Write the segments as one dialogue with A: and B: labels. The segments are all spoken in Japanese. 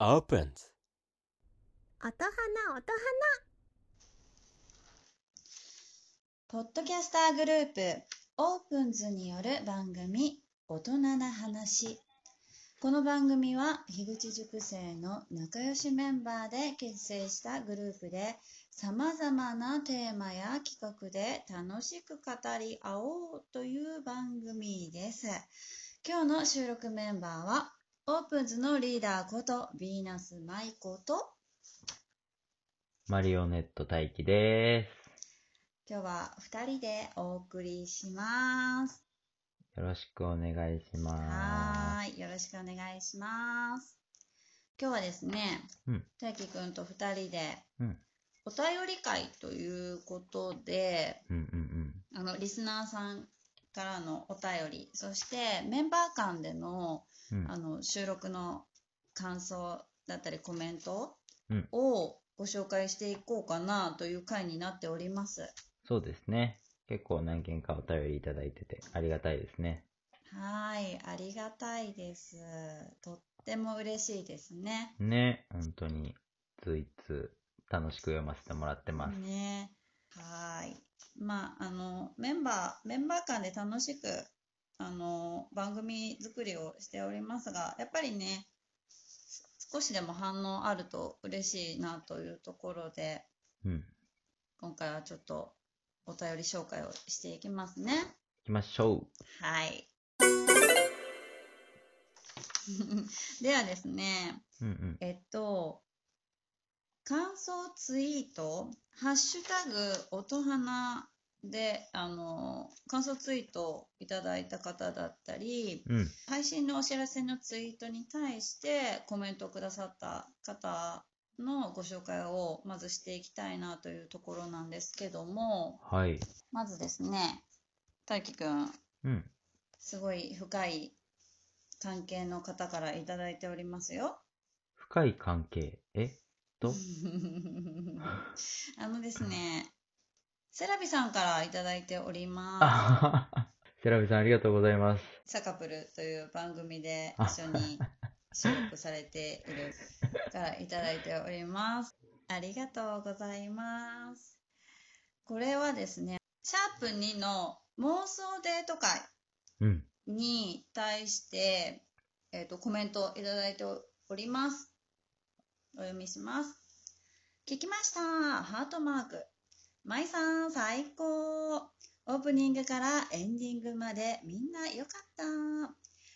A: opened.
B: 音花音
C: ポッドキャスターグループオープンズによる番組大人な話この番組は樋口塾生の仲良しメンバーで結成したグループでさまざまなテーマや企画で楽しく語り合おうという番組です今日の収録メンバーはオープンズのリーダーことヴィーナス舞子と
D: マリオネット大輝で
C: 今日は2人でお送りします
D: す。よろしくお願いしま
C: はーい、よろしくお願いします。今日はですね
D: うん、
C: 大輝くんと2人で、
D: うん
C: お便り会ということで、
D: す。うんうん
C: あの、リスナーさんからのお便り、そしてメンバー間での
D: うん。うん
C: あの収録の感想だったりコメント
D: うん
C: をご紹介していこうかなという回になっております。
D: そうですね。結構何件かお便りいただいててありがたいですね。
C: はい、ありがたいです。とっても嬉しいですね。
D: ね、本当に、ついつ楽しく読ませてもらってます。
C: ね。はーい。まあ、あの、メンバー、メンバー間で楽しく、あの、番組作りをしておりますが、やっぱりね、す少しでも反応あると嬉しいなというところで、
D: うん。行
C: 今回はちょっとお便り紹介をしていきますね。
D: きましょ
C: はい。 ではですね、
D: う。うん
C: えっと、感想ツイート、ハッシュタグ、音花で、あの、感想ツイートをいただいた方だったり、
D: うん。うん。
C: 配信のお知らせのツイートに対してコメントをくださった方のご紹介をまずしていきたいなというところなんですけども、
D: はい。
C: まずですね、大輝くん、
D: うん。
C: すごい深い関係の方からいただいておりますよ。
D: 深い関係。えと
C: あのですね、セラビさんからいただいておりま
D: あはは セラビさんありがとうございます。
C: す。サカプルという番組で
D: あ
C: 一緒に収録されているからいただいております。ありがとうございます。これはですね、シャープ2の妄想デート会
D: うん。
C: に対して、えー、とコメントをいただいております。お読みします。聞きましたハートマーク。まいさん、最高オープニングからエンディングまでみんな良かった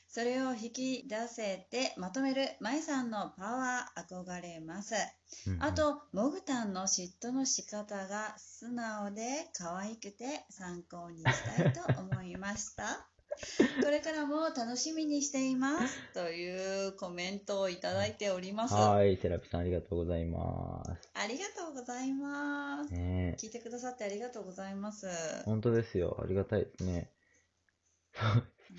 C: それを引き出せてまとめるまいさんのパワー憧れます。
D: うんうん
C: あ、と、モグタンの嫉妬の仕方が素直で可愛くて参考にしたいと思いました。これからも楽しみにしています。というコメントをいただいております。あ
D: はい。セラビさんありがとうございま
C: りがとうございます
D: す。。ねえ
C: 聞いてくださってありがとうございます。
D: 本当ですよ。ありがたいですね。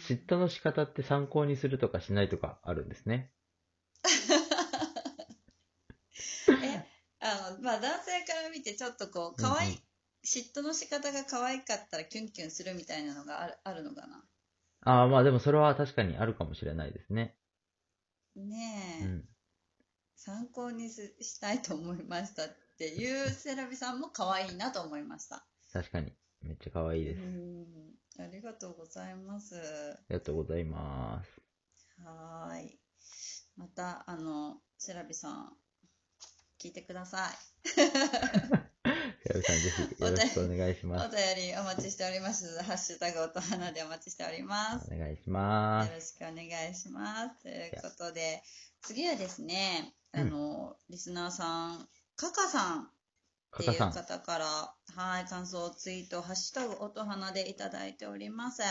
D: 嫉妬の仕方って参考にするとかしないとかあるんですね。
C: え、あの、まあ、男性から見てちょっとこう、可愛い、
D: うんうん
C: 嫉妬の仕方が可愛かったらキュンキュンするみたいなのがあるあるのかな。
D: ああ、まあでもそれは確かにあるかもしれないですね。
C: ねえ。
D: うん。
C: 参考にすしたいと思いましたっていうセラビさんも可愛いなと思いました。
D: 確かに。めっちゃ可愛いうです。
C: ん、ありがとうございます。
D: ありがとうございます。
C: はーい。また、あの、セラビさん、聞いてください。
D: セラビさんぜひよろしくお願いし
C: お
D: ます。
C: 便りお待ちしております。ハッシュタグ音花でお待ちしております。
D: お願いし
C: よ
D: ま
C: ろし
D: す。
C: くお願いします。ということで、次はですね、あの、リスナーさん、カカさんっ
D: カ
C: てい
D: カ
C: う
D: さん。
C: 方から、はい、感想をツイート、ハッシュタグ、音花でいただいております。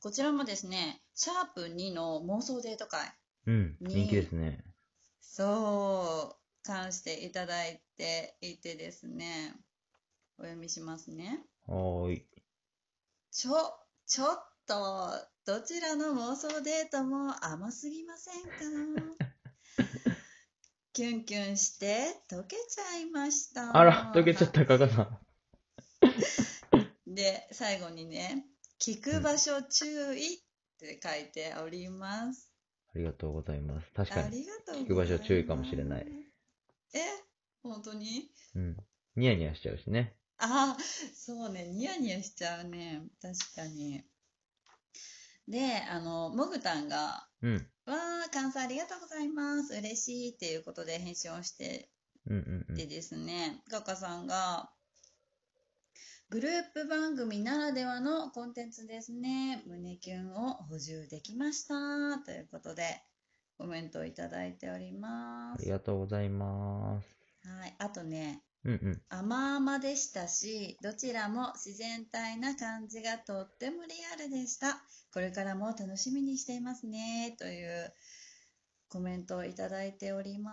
C: こちらもですね、シャープ2の妄想デート会、
D: うん。
C: に
D: 人気ですね。
C: そう、関していただいていてですね、お読みしますね。
D: おーい。
C: ちょ、ちょっと、どちらの妄想デートも甘すぎませんかキュンキュンして、溶けちゃいました。
D: あら、溶けちゃった、カカさん。
C: で、最後にね、聞く場所注意って書いております。
D: ありがとうございます。確か
C: あ
D: に。
C: りがとう
D: 聞く場所注意かもしれない。
C: え本当に
D: うん。ニヤニヤしちゃうしね。
C: ああ、そうね。ニヤニヤしちゃうね。確かに。で、あの、もぐたんが、
D: うん。
C: わあ、感想ありがとうございます。嬉しいっていうことで返信をして
D: うんうんうん
C: で。ですね、ガカさんが、グループ番組ならではのコンテンツですね。胸キュンを補充できました。ということで、コメントをいただいておりま
D: あ
C: す。
D: りがとうございます。
C: はい。あとね、
D: うんうん。
C: 甘々でしたし、どちらも自然体な感じがとってもリアルでした。これからも楽しみにしていますね。というコメントをいただいておりま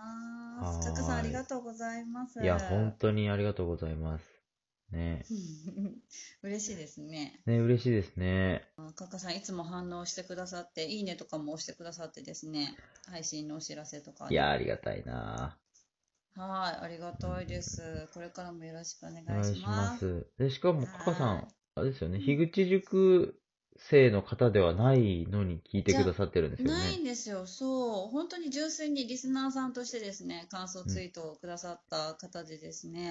C: す。
D: はーい
C: カカさんありがとうございます。
D: いや、本当にありがとうございます。ね
C: 嬉しいですね。
D: ね嬉しいですね。
C: あカカさん、いつも反応してくださって、いいねとかも押してくださってですね、配信のお知らせとかね、
D: いや、ありがたいな
C: はい、ありがたいです。これからもよろしくお願
D: お願
C: い
D: い
C: し
D: し
C: ま。
D: ますす。で、しかも、カカさ
C: は
D: ん
C: い、
D: あれですよね、樋口塾生の方ではないのに聞いてくださってるんですよね。
C: ないんですよ、そう、本当に純粋にリスナーさんとしてですね、感想ツイートをくださった方でですね、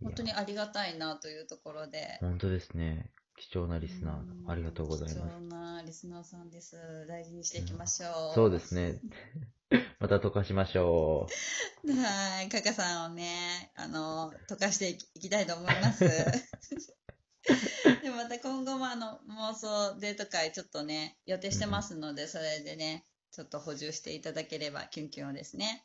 D: いや
C: 本当にありがたいなというところで。
D: 本当ですね。貴重なリスナ
C: うん
D: ー、ありがとうございます
C: 貴。重なリスナーさんです。大事にしていきましょう。
D: そうですね。 また溶かしましょう。
C: はい、カカさんをね、あの、溶かしていきいきたいと思い ます。で、また今後もあの、妄想デート会ちょっとね、予定してますので、それでね、ちょっと補充していただければ、キュンキュンをですね、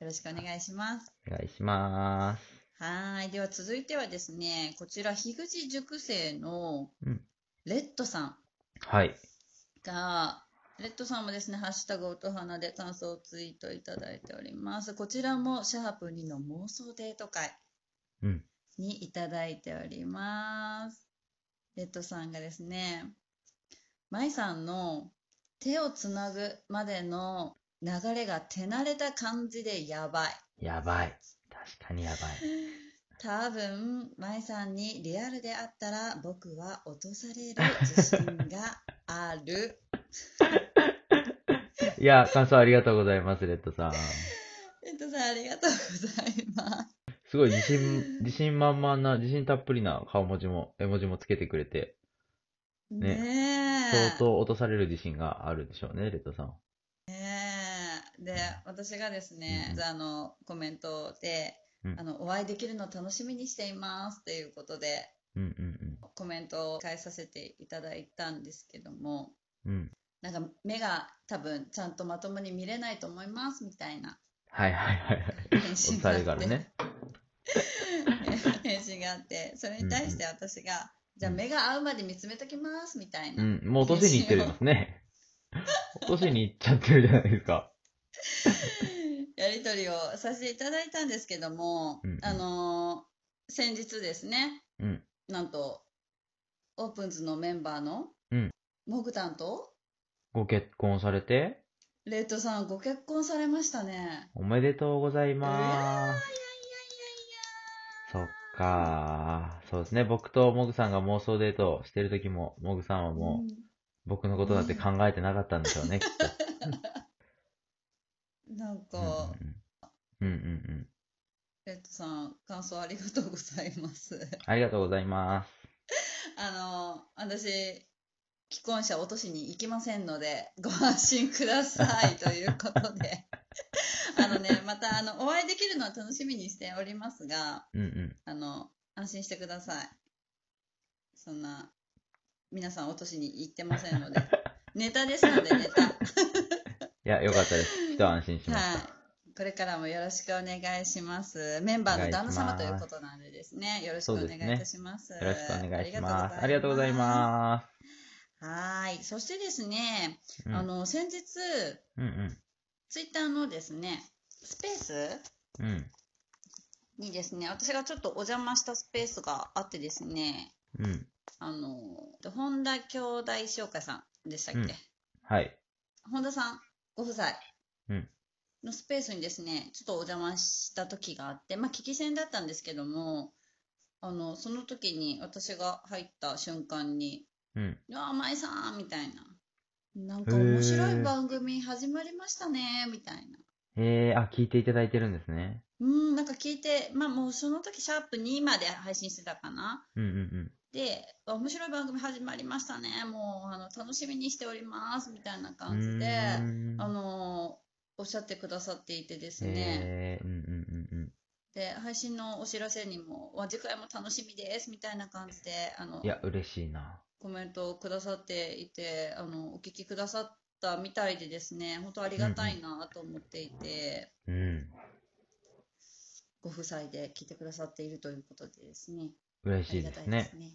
C: よろしくお願いします。
D: お願いします。
C: はい、では続いてはですね、こちら、樋口塾生の
D: うん、
C: レッドさん。
D: はい。
C: が、レッドさんもですね、ハッシュタグ音花で感想をツイートいただいております。こちらもシャープ2の妄想デート会
D: うん
C: にいただいております。レッドさんがですね、舞さんの手をつなぐまでの流れが手慣れた感じでやばい。
D: やばい。確かにやばい。
C: 多分、舞さんにリアルであったら僕は落とされる自信があ る。
D: いや、感想ありがとうございます、レッドさん。
C: レッドさん、ありがとうございます。
D: すごい自信、自信満々な、自信たっぷりな顔文字も、絵文字もつけてくれて、ね
C: ねえ。
D: 相当落とされる自信があるでしょうね、レッドさん。
C: ねえで、私がですね、
D: うん
C: あの、コメントで、
D: うん
C: あの、お会いできるの楽しみにしていますっていうことで、
D: うんうん
C: コメントを返させていただいたんですけども、
D: うん。うん。
C: なんか目が多分ちゃんとまともに見れないと思いますみたいな
D: はいはいはいはい。
C: 返
D: お
C: 信があっ
D: 伝え
C: て
D: か、らね。
C: 返信があって、それに対して私が、じゃあ目が合うまで見つめときますみたいな、
D: うん、もう落としに行ってるんで すね。落としに行っちゃってるじゃないですか。
C: やり取りをさせていただいたんですけども、
D: うんうん
C: あのー先日ですね、
D: うん
C: なんと、オープンズのメンバーの、
D: うん
C: モグタンと
D: ご結婚されて、
C: レイトさんご結婚されましたね。
D: おめでとうございます。
C: いやいやいやい
D: そ
C: や
D: っかー。そうですね。僕とモグさんが妄想デートをしてる時も、モグさんはもう、僕のことだって考えてなかったんでしょうね、きっと。
C: うんなんか、
D: うんうんうん。うんうんうん。
C: レイトさん感想ありがとうございます。
D: ありがとうございます。
C: あのー私、既婚者落としに行きませんので、 ご安心くださいということで。 あのね、また、あの、お会いできるのは楽しみにしておりますが、
D: うんうん。
C: あの、安心してください。そんな、皆さん落としに行ってませんので。ネタですので、ネタ。はい
D: や、よかったです。一安心しました。
C: い。これからもよろしくお願いします。メンバーの旦那様ということなんでですね、よろしくお願いいたします。
D: よろしくお願いします。あ
C: あり
D: り
C: が
D: がと
C: と
D: う
C: うご
D: ござ
C: ざ
D: い
C: います。
D: ま
C: はーい。そしてですね、
D: す。うん
C: あの、先日、
D: うん
C: ツイッターのですね、スペース
D: うん。うん。
C: にですね、私がちょっとお邪魔したスペースがあってですね、
D: うん。
C: あの、本田兄弟紹介さんでしたっけ、
D: はい。
C: 本田さんご夫妻
D: うん
C: のスペースにですね、ちょっとお邪魔した時があって、まあ、聞き戦だったんですけども、あの、その時に私が入った瞬間に、
D: うん。
C: うわ、舞さんみたいな。なんか面白い番組始まりましたね、みたいな。
D: えー、あ、聞いていただいてるんですね。
C: うん、なんか聞いて、まあもうその時シャープ2まで配信してたかな。
D: うんうんうん。
C: で、あ面白い番組始まりましたね。もうあの楽しみにしております、みたいな感じで、
D: うーん
C: あのおっしゃってくださっていてですね。
D: えー、うんうんうんうん。
C: で、配信のお知らせにも、わ次回も楽しみです、みたいな感じで、あの
D: い、や、嬉しいな。
C: コメントをくださっていて、あの、お聞きくださったみたいでですね、本当ありがたいなと思っていて、
D: うん。
C: ご夫妻で聞いてくださっているということでですね、
D: 嬉
C: あ
D: しい
C: りが
D: で
C: た
D: す
C: いで
D: ね
C: す。ね。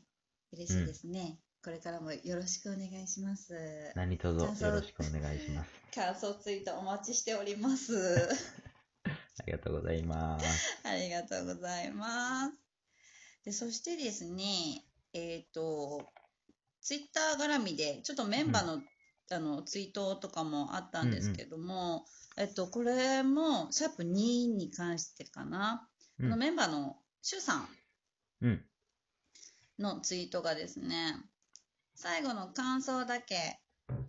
C: 嬉しいですね。これからもよろしくお願いします。
D: 何卒
C: 感想
D: よろしくお願いします。
C: 感想ツイートお待ちしております。
D: ありがとうございます。
C: ありがとうございます。で、そしてですね、えっ、と、ツイッター絡みで、ちょっとメンバーの、あの、ツイートとかもあったんですけども、えっと、これも、シャープ2に関してかな。
D: うん
C: あのメンバーの、シュウさん
D: うん。
C: のツイートがですね、最後の感想だけ、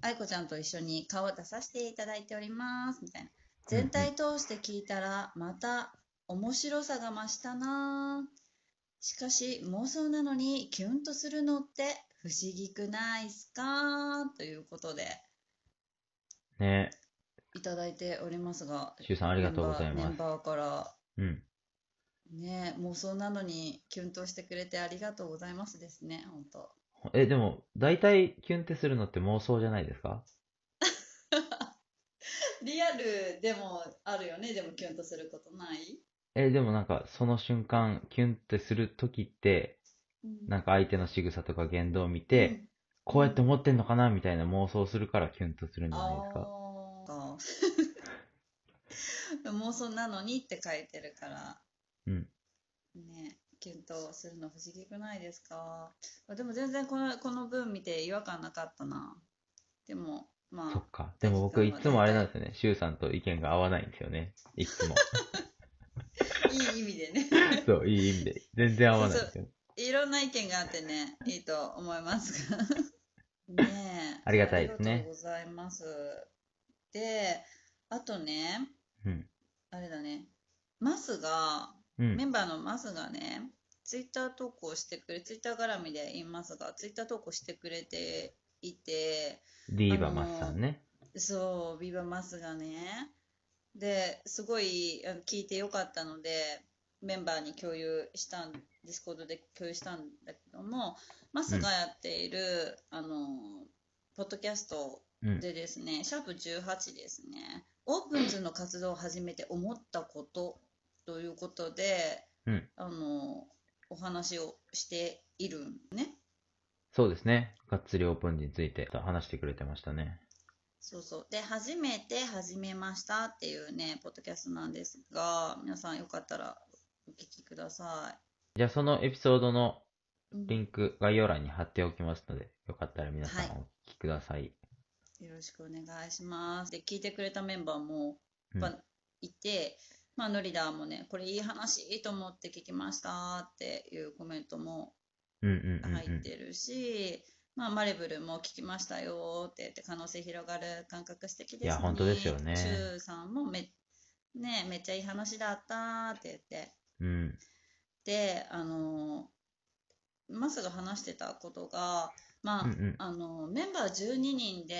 C: 愛子ちゃんと一緒に顔を出させていただいております、みたいな。全体通して聞いたら、また面白さが増したなぁしかし、妄想なのにキュンとするのって不思議くないっすかということで、
D: ね
C: いただいておりますが、
D: シュウさんあ
C: あ
D: りがとうござい
C: メ
D: ま
C: ン
D: す。
C: バーから、
D: うん。
C: ね、妄想なのにキュンとしてくれてありがとうございますですね、本当。
D: え、でも、大体キュンってするのって妄想じゃないですか
C: リアルでもあるよね、でもキュンとすることない、
D: え、でもなんか、その瞬間、キュンってするときって、なんか相手の仕草とか言動を見て、
C: うん
D: こうやって思ってんのかなみたいな妄想するからキュンとするんじゃない
C: あ
D: ですか。
C: あー 妄想なのにって書いてるから、
D: うん。
C: ね、検討するの不思議くないですかまあでも全然このこの文見て違和感なかったな。でも、ま
D: そ
C: あ
D: っ、か。でも僕、いつもあれなんですよね。シュウさんと意見が合わないんです よね。いつも。
C: いい意味でね、
D: そう、いい意味で。全然合わないんですよね。
C: いろんな意見があってね、いいと思い ますが。ねえ
D: ありがたいですね
C: ありがとうございます。で、あとね、
D: うん。
C: あれだね、マスが、
D: う
C: メ
D: ん。
C: ンバーのマスがね、ツイッター投稿してくれ、ツイッター絡みで言いますが、ツイッター投稿してくれていて、
D: ディーバマスさんね。
C: そう、ビバマスがね、で、すごいあの聞いてよかったので、メンバーに共有したん、ディスコードで共有したんだけども、マスがやっている、あの、ポッドキャスト
D: うん。
C: でですね、シャープ18ですね、オープンズの活動を始めて思ったことということで、
D: うん
C: あのお話をしているんね。
D: そうですね。がっつりオープンについて話してくれてましたね。
C: そうそう。で、初めて始めましたっていうね、ポッドキャストなんですが、皆さんよかったらお聞きくださ
D: じゃあ、そのエピソードの
C: い。うん
D: リンク、概要欄に貼っておきますので、よかったら皆さんお聞きください。
C: よろしくお願いします。で、聞いてくれたメンバーも
D: うん
C: やっぱいて、まあ、ノリダーもね、これいい話と思って聞きましたっていうコメントも
D: うんうんうん、うん。
C: 入ってるし、まあ、マレブルも聞きましたよって言って可能性広がる感覚素敵ですね。
D: いや本当ですよね
C: チュウさんもめ,、ね、めっちゃいい話だったって言って。
D: うん。
C: で、あのマスが話してたことが、まあ、
D: うんうん
C: あのメンバー12人で、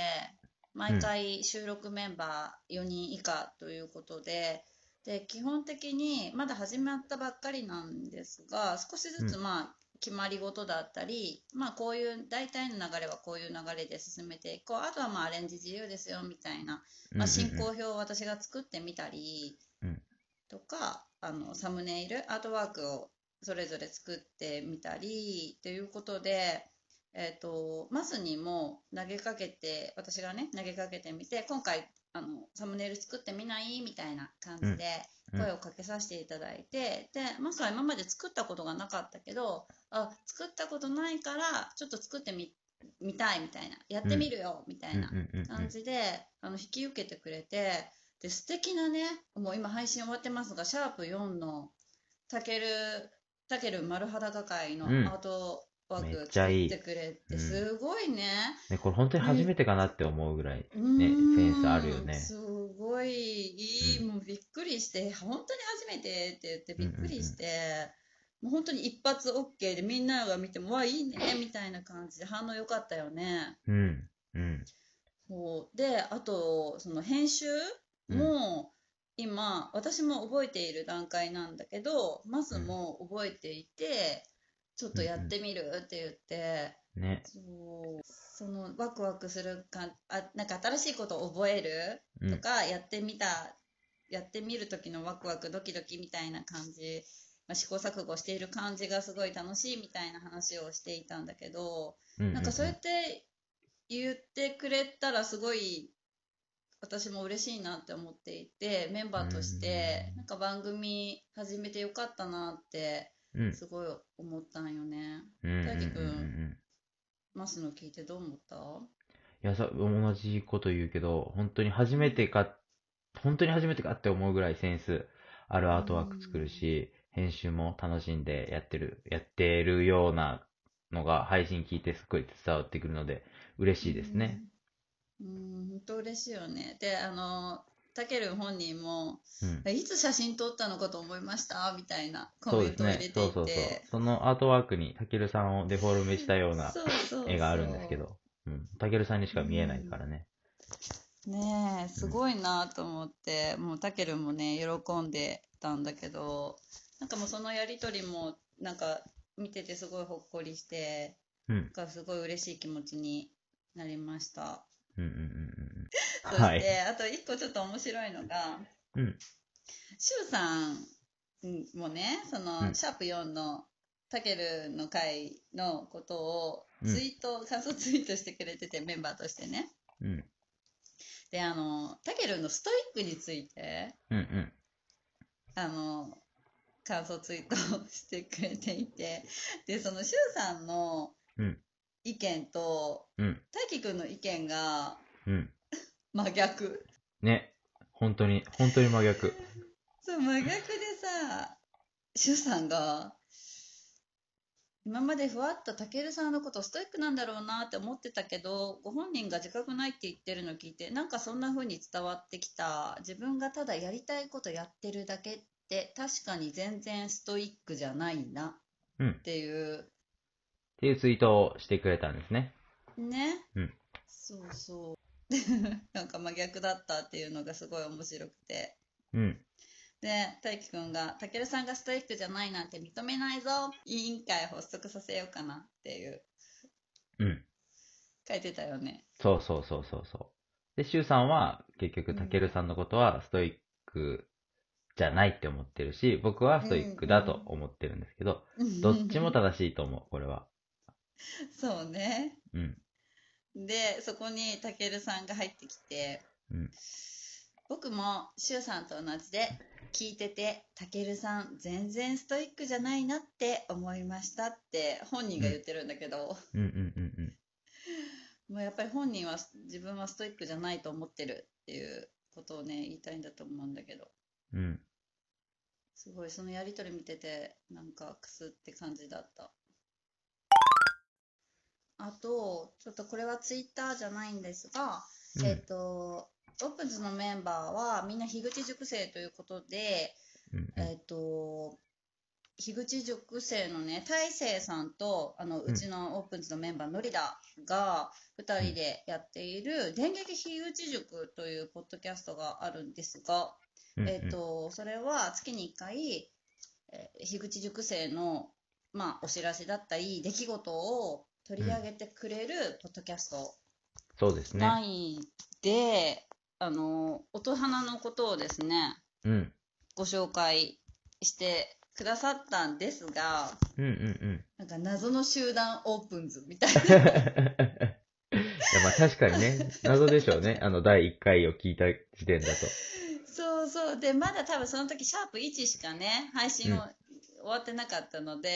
C: 毎回収録メンバー4人以下ということで、で、基本的に、まだ始まったばっかりなんですが、少しずつ、
D: う
C: まあ、決まり事だったり、まあ、こういう、大体の流れはこういう流れで進めていこう。あとは、まあ、アレンジ自由ですよ、みたいな。まあ、進行表を私が作ってみたり
D: うん
C: とか、あのサムネイルアートワークをそれぞれ作ってみたりということで、えー、とマスにも投げかけて私がね投げかけてみて今回あのサムネイル作ってみないみたいな感じで
D: うんうん
C: 声をかけさせていただいて、でマスは今まで作ったことがなかったけどあ作ったことないからちょっと作ってみ見たいみたいなやってみるよ、みたいな
D: うんうんうんうん
C: 感じで、あの引き受けてくれてで素敵なねもう今配信終わってますがシャープ4のたけるたける丸裸会の
D: うん
C: アートワク
D: めっちゃいい
C: 作ってくれ
D: う
C: て
D: ん
C: すごいね。
D: ね、これ本当に初めてかなって思うぐらい。
C: ね
D: センスあるよね
C: すごいいい、
D: うん
C: もうびっくりして、本当に初めてって言ってびっくりして、もう本当に一発 OK でみんなが見ても、わ、いいねみたいな感じで反応良かったよね。
D: うん。うん。
C: そうで、あと、その編集も、今、私も覚えている段階なんだけど、まずも覚えていて、ちょっとやってみるって言って、
D: ね。
C: そうそのワクワクするかあなんか新しいことを覚える
D: うん
C: とか、やってみたやってみる時のワクワクドキドキみたいな感じ、まあ、試行錯誤している感じがすごい楽しいみたいな話をしていたんだけど、
D: うう
C: なんかそうやって言ってくれたらすごい私も嬉しいなって思っていてメンバーとして、
D: うん
C: なんか番組始めてよかったなって
D: うん。
C: すごい思ったんよね。
D: うん。
C: 大輝くん
D: うんうんうん
C: マスの聞いてどう思った
D: いや、さ、同じこと言うけど、本当に初めてか、本当に初めてかって思うぐらいセンスあるアートワーク作るし、編集も楽しんでやってる、やってるようなのが配信聞いてすごい伝わってくるので、嬉しいですね。
C: うん。うん、本当嬉しいよね。で、あの、たけるん本人も、
D: うん。
C: いつ写真撮ったのかと思いましたみたいなコ
D: そう
C: メン
D: です
C: トを入れ
D: ね
C: てい。て。
D: そうそうそう。そのアートワークに、たけるさんをデフォルメしたような
C: そうそうそう
D: 絵があるんですけ。ど、うん。たけるさんにしか見えないからね。
C: ねえ、すごいなと思って、もうたけるんもね、喜んでたんだけど、なんかもうそのやりとりも、なんか見ててすごいほっこりして、
D: うん
C: なんかすごい嬉しい気持ちになりました。
D: うんうんうん
C: そし
D: うん。
C: て、
D: はい。
C: あと一個ちょっと面白いのが、
D: うん
C: シュウさんもね、その、
D: うん
C: シャープ4のタケルの会のことを
D: うん
C: ツイート、感想ツイートしてくれてて、メンバーとしてね。
D: うん。
C: で、あの、タケルのストイックについて、
D: うんうん。
C: あの、感想ツイートをしてくれていて、で、そのシュウさんの
D: うん
C: 意見と、
D: うん。
C: タキ君の意見が
D: うん。
C: 真逆。
D: ね。本当に、本当に真逆。
C: そう、真逆でさ、シュウさんが、今までふわっとたけるさんのことストイックなんだろうなって思ってたけど、ご本人が自覚ないって言ってるの聞いて、なんかそんな風に伝わってきた。自分がただやりたいことやってるだけって、確かに全然ストイックじゃないな
D: うん
C: っていう、
D: っていうツイートをしてくれたんですね。
C: ね。
D: うん
C: そうそう。 なんか真逆だったっていうのがすごい面白くて。
D: うん。
C: で、大輝くんが、たけるさんがストイックじゃないなんて認めないぞ。委員会発足させようかなっていう、
D: うん。
C: 書いてたよね。
D: そうそうそうそうそう。で、シュウさんは、結
C: う
D: 局、
C: ん
D: たけるさんのことは、ストイックじゃないって思ってるし、僕はストイックだと思ってるんですけど、どっちも正しいと思う、これは。
C: そうね。
D: うん。
C: で、そこにたけるさんが入ってきて、
D: うん
C: 僕もしゅうさんと同じで、聞いてて、たけるさん全然ストイックじゃないなって思いましたって本人が言ってるんだけど、
D: うんうんうんうん。
C: もうやっぱり本人は自分はストイックじゃないと思ってるっていうことをね、言いたいんだと思うんだけど。
D: うん。
C: すごい、そのやりとり見てて、なんかくすって感じだった。あと、ちょっとこれはツイッターじゃないんですが、
D: うん
C: えっと、オープンズのメンバーはみんな樋口塾生ということで、
D: うんうん
C: えっと、樋口塾生のね、大成さんと、あの、
D: ん
C: うちのオープンズのメンバー、のりだが、二人でやっている、電撃樋口塾というポッドキャストがあるんですが、
D: うんうん。
C: えっ、と、それは月に1回、えー樋口塾生の、まあ、お知らせだったり、出来事を取り上げてくれるポッドキャスト
D: そうですね。
C: ないで、あの、音花のことをですね、
D: うん。
C: ご紹介してくださったんですが、
D: うんうんうん。
C: なんか謎の集団オープンズみたいな。
D: いや、まあ確かにね、謎でしょうね。あの、第1回を聞いた時点だと。
C: そうそう。で、まだ多分その時、シャープ1しかね、配信を
D: うん
C: 終わってなかったので、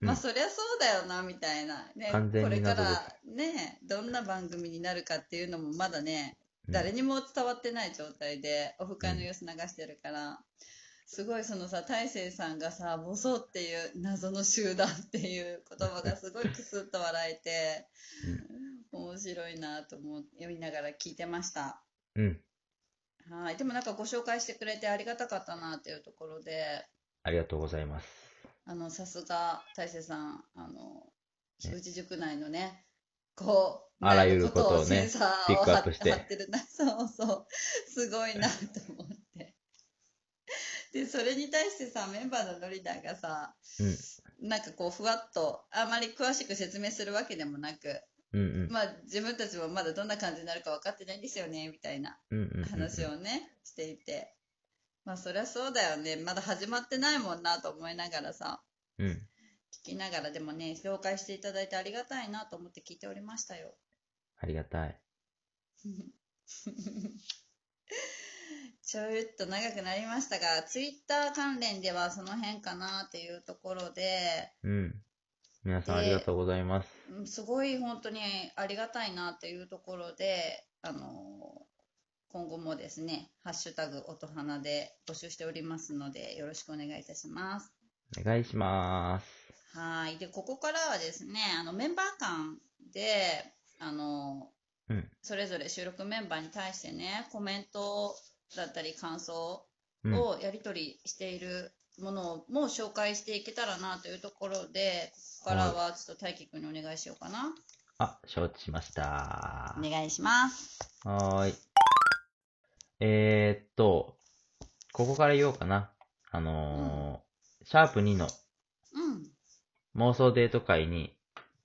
D: うん
C: まあそりゃそうだよな、みたいな。ね、
D: 完全
C: これ
D: に
C: か
D: 謎
C: ら
D: です
C: ね、どんな番組になるかっていうのもまだね、
D: うん
C: 誰にも伝わってない状態で、オフ会の様子流してるから、すごいそのさ大勢さんがさ「ボソ」っていう謎の集団っていう言葉がすごいクスッと笑えて面白いなと思う読みながら聞いてました
D: うん。
C: はいでもなんかご紹介してくれてありがたかったなっていうところで
D: ありがとうございます。
C: あのさすが大勢さんあの樋口塾内のねこう
D: あらゆること
C: なん
D: をね
C: かセンサー
D: ピックアッ
C: を
D: プして
C: 貼ってるなそうそうすごいなと思ってでそれに対してさメンバーのノリダーがさ、なんかこうふわっとあまり詳しく説明するわけでもなく
D: うんうん。
C: まあ自分たちもまだどんな感じになるか分かってないんですよねみたいな
D: うんうんうんうん。
C: 話をねしていてまあそりゃそうだよねまだ始まってないもんなと思いながらさ
D: うん。
C: 聞きながらでもね紹介していただいてありがたいなと思って聞いておりましたよ
D: ありがたい。
C: ちょいっと長くなりましたがツイッター関連ではその辺かなっていうところで
D: うん。皆さん
C: で
D: ありがとうございます。
C: うんすごい本当にありがたいなっていうところであの今後もですね「ハッシュタグ音花」で募集しておりますのでよろしくお願いいたします。
D: お願いします。
C: はい。で、ここからはですね、あの、メンバー間で、あの、
D: うん
C: それぞれ収録メンバーに対してね、コメントだったり感想
D: うん。
C: をやり取りしているものをもう紹介していけたらなというところで、ここからはちょっと大輝くんにお願いしようかな。
D: あ、承知しました。
C: お願いします。
D: はーい。えー、っと、ここから言おうかな。あのーシャープ2の
C: う
D: 妄想デート会に、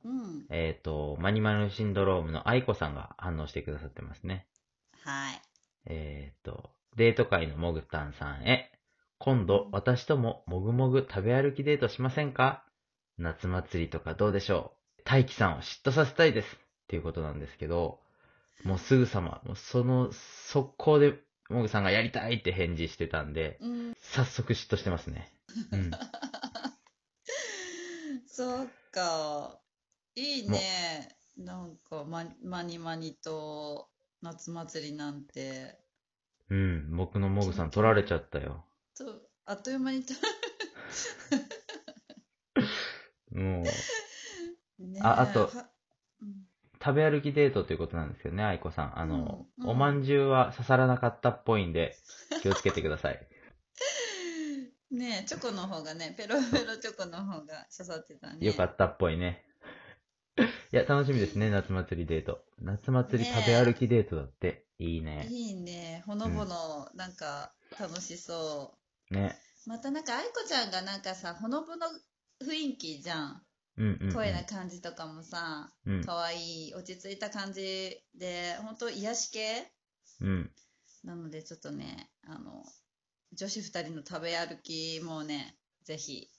C: ん。うん。
D: えーっと、マニマルシンドロームの愛子さんが反応してくださってますね。
C: はい。
D: えー、っと、デート会のモグタンさんへ、今度私とももぐもぐ食べ歩きデートしませんか夏祭りとかどうでしょう大輝さんを嫉妬させたいですっていうことなんですけど、もうすぐさま、もうその速攻でモグさんがやりたいって返事してたんで、
C: うん。
D: 早速嫉妬してますね。うん。
C: そうか。いいね。なんか、ま、マニマニと夏祭りなんて。
D: うん、僕のモグさん取られちゃったよ。
C: とあっという間にと、ね
D: もう、
C: え
D: ああと
C: はうん
D: 食べ歩きデートということなんですけどね、愛子さん。あの、
C: うんうん
D: おまんじゅうは刺さらなかったっぽい んで、気をつけてください。
C: ねえ、チョコの方がね、ペロペロチョコの方が刺さってたね。
D: よかったっぽいね。 いや、楽しみですね、夏祭りデート。夏祭り
C: ねえ
D: 食べ歩きデートだって、いいね。
C: いいね。ほのぼの、なんか、楽しそ
D: ね。
C: う。またなんか、愛子ちゃんがなんかさ、ほのぼの雰囲気じゃん。
D: うんうん、うん。
C: 声な感じとかもさ、
D: うん。
C: 可愛い落ち着いた感じで、ほんと癒し系
D: うん。
C: なので、ちょっとね、あの、女子二人の食べ歩きもね、ぜひ、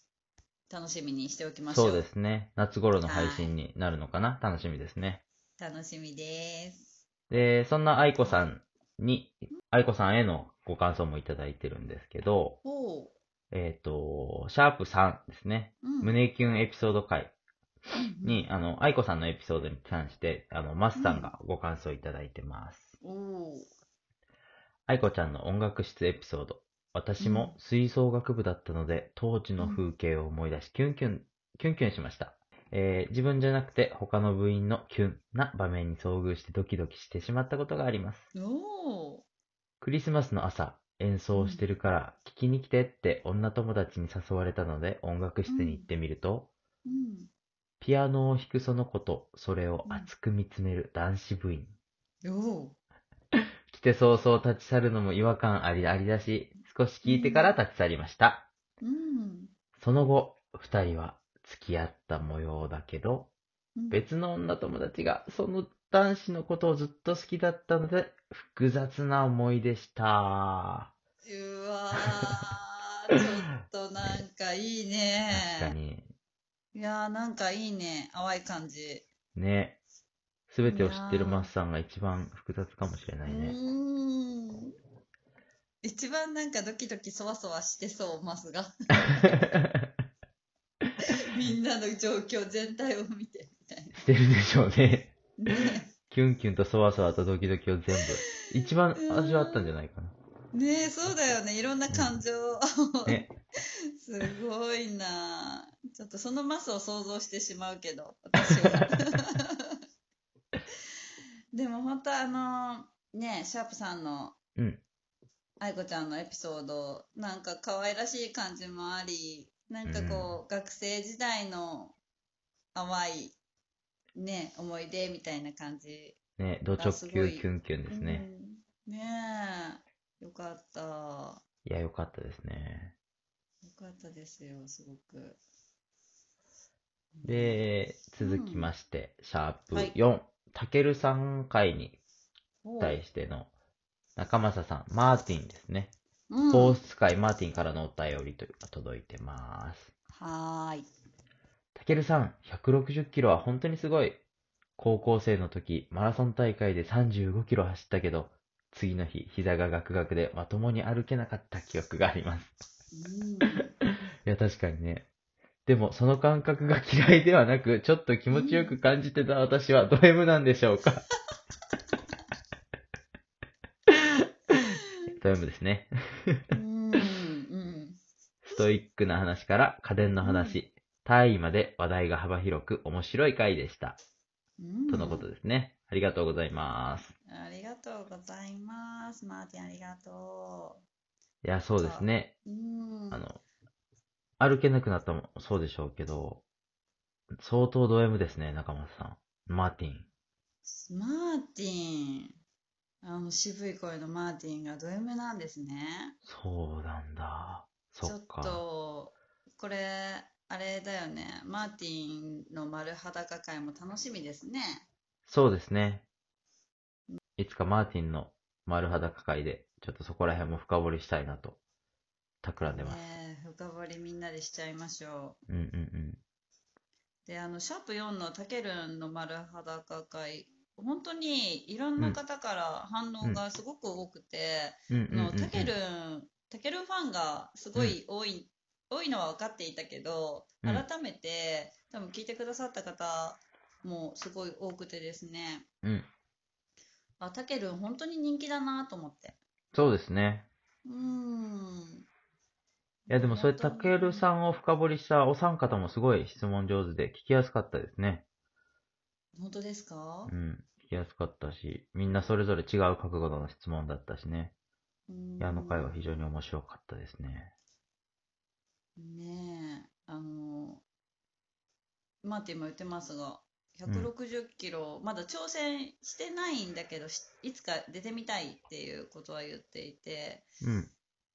C: 楽しみにしておきましょう。
D: そうですね。夏頃の配信になるのかな楽しみですね。
C: 楽しみです。
D: で、そんな愛子さんに、愛子さんへのご感想もいただいてるんですけど、
C: おう。
D: えっ、と、シャープ3ですね。
C: うん、
D: 胸キュンエピソード回
C: うん
D: に、あの、愛子さんのエピソードに関して、あの、マスさんがご感想いただいてます。
C: おう。
D: 愛子ちゃんの音楽室エピソード。私も吹奏楽部だったので、当時の風景を思い出し、キュンキュン、キュンキュンしました。えー自分じゃなくて他の部員のキュンな場面に遭遇してドキドキしてしまったことがあります。
C: おう。
D: クリスマスの朝、演奏してるから聞きに来てって女友達に誘われたので音楽室に行ってみると、
C: うん。
D: ピアノを弾くその子とそれを熱く見つめる男子部員。
C: おう。
D: 来て早々立ち去るのも違和感ありありだし、少し聞いてから立ち去りました。
C: うん。
D: その後、二人は付き合った模様だけど、
C: うん、
D: 別の女友達がその男子のことをずっと好きだったので、複雑な思いでした。
C: うわー、ちょっとなんかいいね。
D: 確かに。
C: いやー、なんかいいね。淡い感じ。
D: ね。すべてを知ってるマスさんが一番複雑かもしれ
C: う
D: ないね。
C: ーん。一番なんかドキドキそわそわしてそう、マスが。 みんなの状況全体を見てみたい
D: してるでしょうね。
C: な。ね。
D: キュンキュンとそわそわとドキドキを全部。一番味わったんじゃないかな。
C: ねえ、そうだよね。いろんな感情。
D: ね
C: すごいなあちょっとそのマスを想像してしまうけど、私は。 でも本当あのねえ、シャープさんの
D: うん、
C: 愛子ちゃんのエピソード、なんか可愛らしい感じもあり、なんかこう、学生時代の淡い、ねえ、思い出みたいな感じ
D: ね、ド直
C: すご
D: 球
C: い
D: キュンキュンですね。
C: うん。ねえ、よかった。よ
D: いや、よかったですね。
C: かったですよ、すごく。うん、
D: で、続きまして、シャープ
C: はい
D: 4、たけるさん回に
C: おう
D: 対しての、中政さん、マーティンですね。
C: うん
D: ボース会マーティンからのお便りというか届いてます。
C: は ーい。
D: たけるさん、160キロは本当にすごい。高校生の時、マラソン大会で35キロ走ったけど、次の日、膝がガクガクでまともに歩けなかった記憶があります。
C: うん、
D: いや、確かにね。でも、その感覚が嫌いではなく、ちょっと気持ちよく感じてた私はド M なんでしょ うかド M ですね。
C: うん、うん。
D: ストイックな話から家電の話、単位まで話題が幅広く面白い回でした。
C: うん
D: とのことですね。ありがとうございます。
C: ありがとうございます。マーティン、ありがと
D: いや、そうですね。
C: う。うん。
D: あの、歩けなくなったもそうでしょうけど、相当ド M ですね、中松さん。マーティン。
C: マーティン。あの、渋い声のマーティンがド M なんですね。
D: そうなんだ。そ
C: ちょ
D: っ
C: っ
D: か。
C: と、これ、あれだよね。マーティンの丸裸会も楽しみですね。
D: そうですね。いつかマーティンの丸裸会で、ちょっとそこら辺も深掘りしたいなと、企んでます。
C: ねえ深掘りみんなでしちゃいましょ
D: うんうん
C: う。で、あの、シャープ4のたけるんの丸裸会、本当にいろんな方から反応がすごく多くて、
D: うん。うん
C: あ
D: うんうん
C: の
D: うん。
C: たけるん、たけるんファンがすごい多い、多いのは分かっていたけど、
D: うん
C: 改めて多分聞いてくださった方もすごい多くてですね、
D: うん
C: あ、たけるん本当に人気だなと思って。
D: そうですね。
C: うーん。
D: いや、でもそれ、たけるさ
C: ん。
D: んを深掘りしたお三方もすごい質問上手で聞きやすかったですね。
C: 本当ですか
D: うん。聞きやすかったし、みんなそれぞれ違う角度の質問だったしね。
C: うん
D: いや、あの回は非常に面白かったですね。
C: ねえ、あの、マーティンも言ってますが、160キロ、まだ挑戦してないんだけど、しいつか出てみたいっていうことは言っていて、
D: うん。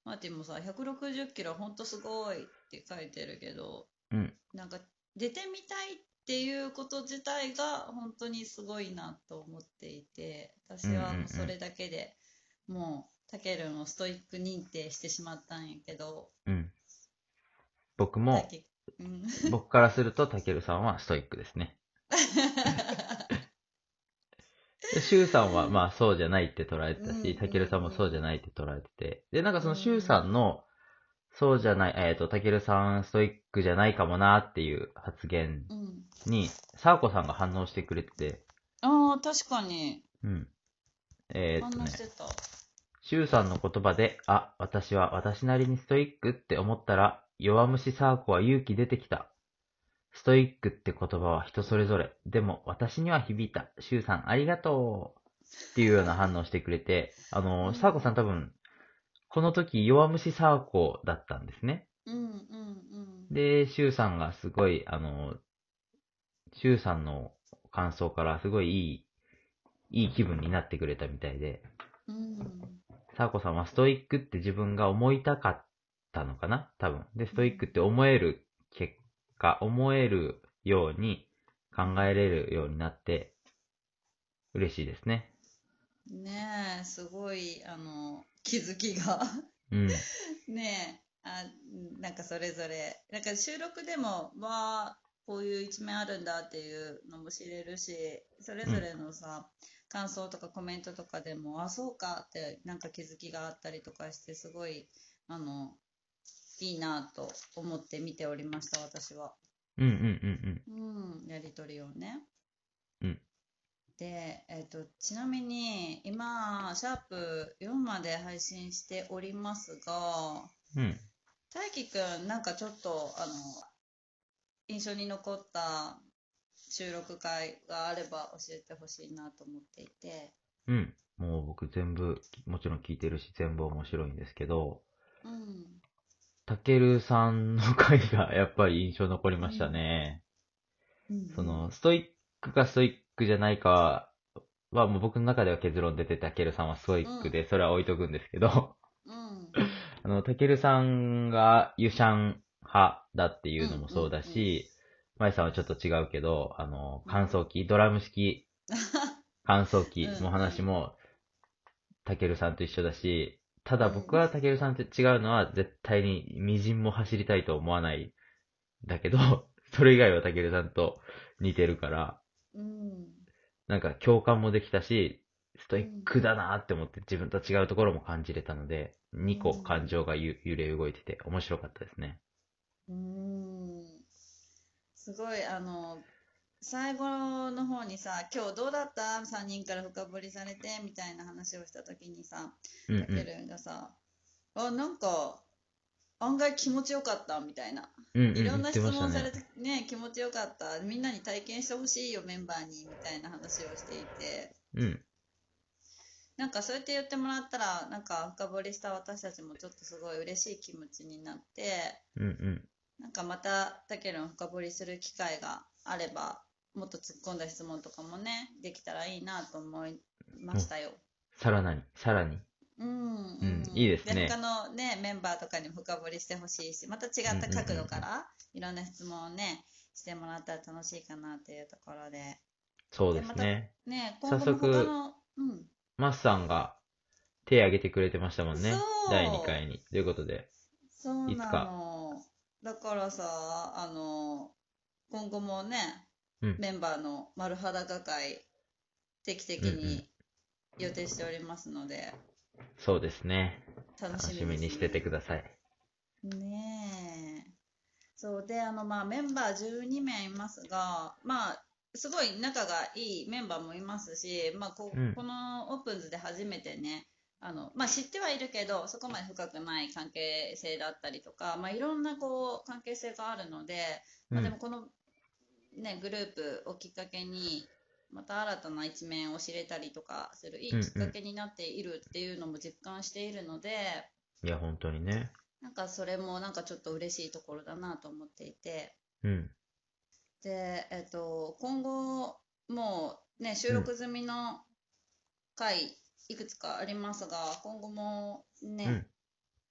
C: マーティンもさ、160キロほんとすごいって書いてるけど、
D: うん
C: なんか出てみたいっていうこと自体が本当にすごいなと思っていて、私は
D: うんうんう
C: も
D: ん
C: うそれだけでもう、タケルンをストイック認定してしまったんやけど、
D: うん。僕
C: だ
D: も、
C: けうん
D: 僕からするとたけるさんはストイックですね。で、シュウさんは、まあ、そうじゃないって捉えてた
C: うん
D: し、たけるさんもそうじゃないって捉えてて。で、なんかその
C: うん
D: シュウさんの、そうじゃない、えっ、と、たけるさんストイックじゃないかもなっていう発言
C: うん、
D: に、サーコさんが反応してくれてて、
C: ああ、確かに。
D: うん。えっ、
C: 反
D: と
C: 応
D: ね
C: し、てた。
D: シュウさんの言葉で、あ、私は私なりにストイックって思ったら、弱虫サーコは勇気出てきた。ストイックって言葉は人それぞれ。でも私には響いた。シュウさんありがとう。っていうような反応してくれて、あ
C: う
D: の、
C: ん
D: サーコさん多分、この時弱虫サーコだったんですね。
C: うんうんうん。
D: で、シュウさんがすごい、あの、シュウさんの感想からすごいいい、いい気分になってくれたみたいで、
C: うん
D: サーコさんはストイックって自分が思いたかったのかな多分。で、ストイックって思える結果、思えるように考えれるようになって、嬉しいですね。
C: ねえ、すごい、あの、気づきが。
D: うん。
C: ねえ、あ、なんかそれぞれ。なんか収録でも、わあ、こういう一面あるんだっていうのも知れるし、それぞれのさ、感想とかコメントとかでも、あ、そうかって、なんか気づきがあったりとかして、すごい、あの、いいなと思って見ておりました、私は。
D: うんうんうんうん。
C: うん、やりとりをね。
D: うん
C: で、えっと、ちなみに今、シャープ4まで配信しておりますが、
D: うん。
C: 大輝くん、なんかちょっと、あの、印象に残った収録会があれば教えてほしいなと思っていて。
D: うん。もう僕全部、もちろん聞いてるし、全部面白いんですけど、
C: うん。
D: たけるさんの回がやっぱり印象残りましたね。
C: うん
D: その、、ストイックかストイックじゃないかは、もう僕の中では結論出て、たけるさんはストイックで、それは置いとくんですけど、
C: うん。
D: あの、たけるさんがユシャン派だっていうのもそうだ
C: うんうんうん
D: し、まゆさんはちょっと違うけど、あの、乾燥機、ドラム 式、乾燥機の話も、たけるさんと一緒だし、ただ僕はたけるさんと違うのは、絶対に微塵も走りたいと思わない。だけど、 それ以外はたけるさんと似てるから、
C: うん。
D: なんか共感もできたし、ストイックだなって思って自分と違うところも感じれたので、2個感情がゆ揺れ動いてて面白かったですね。
C: うーんすごいあの最後の方にさ「今日どうだった ?3 人から深掘りされて」みたいな話をした時にさ
D: うん
C: たけるんがさ「あなんか案外気持ちよかった」みたいな
D: うん。うんうん、
C: いろん
D: 言
C: な
D: って
C: 質
D: ました
C: 問され
D: ね。
C: てね気持ちよかったみんなに体験してほしいよメンバーにみたいな話をしていて
D: うん。
C: なんかそうやって言ってもらったらなんか深掘りした私たちもちょっとすごい嬉しい気持ちになって。
D: うんうん。
C: なんかまた、たけるんを深掘りする機会があれば、もっと突っ込んだ質問とかもね、できたらいいなと思いましたよ。
D: さらなに、さらに。
C: うん、
D: うんいいですね
C: 他のね、メンバーとかにも深掘りしてほしいし、また違った角度から、いろんな質問をね、してもらったら楽しいかなっていうところで。
D: そうですね。
C: ね、今後
D: 早
C: も
D: 速
C: 他の、うん、
D: マスさんが手挙げてくれてましたもんね
C: そう。
D: 第2回に。ということで。
C: そう
D: いつ
C: な
D: か
C: の。だからさ、あの、今後もね、
D: うん
C: メンバーの丸裸会、定期的
D: うんうん
C: に予定しておりますので、
D: そうですね。
C: 楽
D: 楽
C: しみ
D: しみにしててく
C: だ
D: ださい。
C: さい。ねえ。そうで、あの、まあ、メンバー12名いますが、まあ、すごい仲がいいメンバーもいますし、まあ、こ
D: うん
C: このオープンズで初めてね、あのまあ、知ってはいるけどそこまで深くない関係性だったりとか、まあ、いろんなこう関係性があるので、
D: う
C: まあ、で
D: ん
C: も。この、ね、グループをきっかけにまた新たな一面を知れたりとかするいい
D: うんうん
C: きっかけになっているっていうのも実感しているので、
D: いや、本当にね。
C: なんかそれもなんかちょっと嬉しいところだなと思っていて
D: うん。
C: で、えっと、今後もう、ね、収録済みの回いくつかありますが今後もね、
D: うん。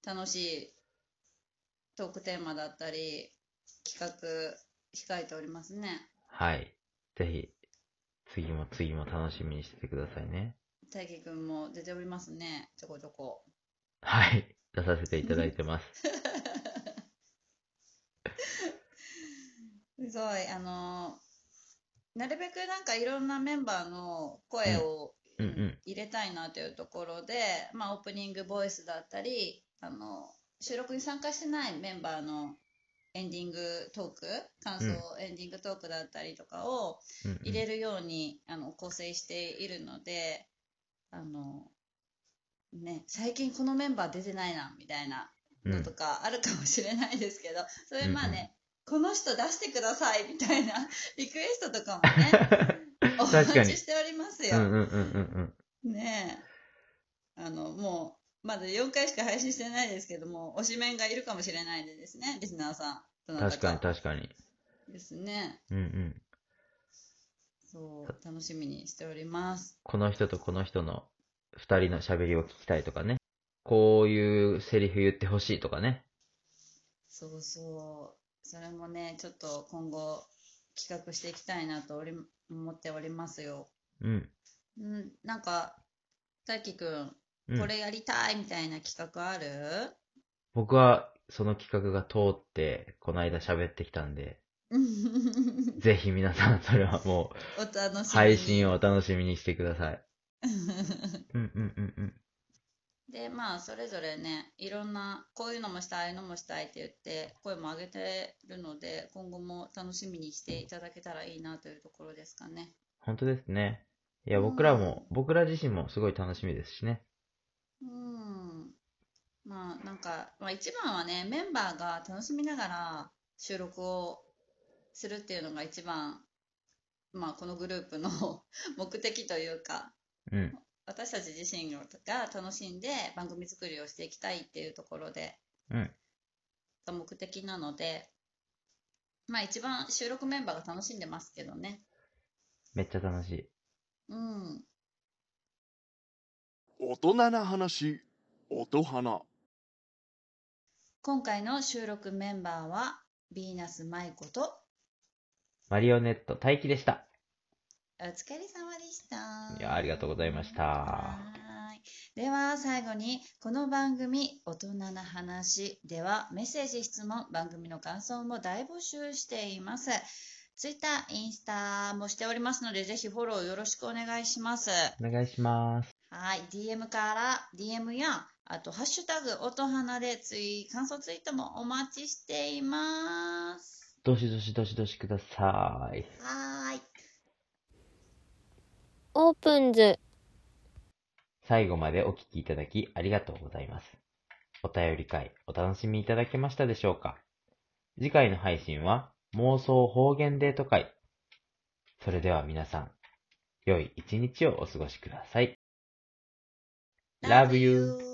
C: 楽しいトークテーマだったり企画控えておりますね。
D: はい。ぜひ、次も次も楽しみにしててくださいね。
C: 大輝くんも出ておりますね、ちょこちょこ。
D: はい。出させていただいてます。
C: すごい、あのーなるべくなんかいろんなメンバーの声を
D: うんうん
C: 入れたいなというところで、まあオープニングボイスだったり、あの、収録に参加してないメンバーのエンディングトーク、感想エンディングトークだったりとかを
D: うんうん
C: 入れるように、あの構成しているので、あの、ね、最近このメンバー出てないな、みたいな
D: う
C: の
D: ん
C: とかあるかもしれないですけど、それまあ
D: うんうん
C: ね、この人出してくださいみたいなリクエストとかも ね、お待
D: 確かに
C: ちしております
D: うん
C: よ。
D: うんうんうん
C: ねえ。あの、もう、まだ4回しか配信してないですけども、推しメンがいるかもしれないんでですね、リスナーさん。ど
D: うん。
C: な
D: 確
C: た
D: かに確かに。
C: ですね。
D: うんうん。
C: そう、楽しみにしております。
D: この人とこの人の二人の喋りを聞きたいとかね。こういうセリフ言ってほしいとかね。
C: そうそう。それもね、ちょっと今後企画していきたいなとおり思っておりますよ。
D: うん。
C: うん、なんか、大輝くん、
D: うん、
C: これやりたいみたいな企画ある
D: 僕はその企画が通って、この間喋ってきたんで、ぜひ皆さんそれはも
C: お
D: う
C: 楽しみに。
D: 配 信をお楽しみにしてください。うんうんうんうん。
C: で、まあ、それぞれね、いろんな、こういうのもしたい、ああいうのもしたいって言って、声も上げてるので、今後も楽しみにしていただけたらいいなというところですかね。
D: 本当ですね。いや、僕らも、僕ら自身もすごい楽しみですしね。
C: うん。まあなんか、まあ、一番はね、メンバーが楽しみながら収録をするっていうのが一番、まあこのグループの 目的というか、
D: うん。
C: 私たち自身が楽しんで番組作りをしていきたいっていうところで、
D: うん
C: が目的なので、まあ一番収録メンバーが楽しんでますけどね。
D: めっちゃ楽しい。
C: うん。
A: 大人な話、音花。
C: 今回の収録メンバーは、ビーナス舞子と、
D: マリオネット待機でした。
C: お疲れ様でした。
D: いや、ありがとうございまし
C: は
D: た。
C: ーい。では最後に、この番組、大人な話では、メッセージ、質問、番組の感想も大募集しています。ツイッター、インスタもしておりますので、ぜひフォローよろしくお願いします。
D: お願いします。
C: はい、DM から、DM や、あと、ハッシュタグ、音花でツイ、感想ツイートもお待ちしています。
D: どしどしどしどしください。
C: はーい。
B: オープンズ。
D: 最後までお聞きいただきありがとうございます。お便り会お楽しみいただけましたでしょうか次回の配信は妄想方言デート会。それでは皆さん、良い一日をお過ごしください。Love you.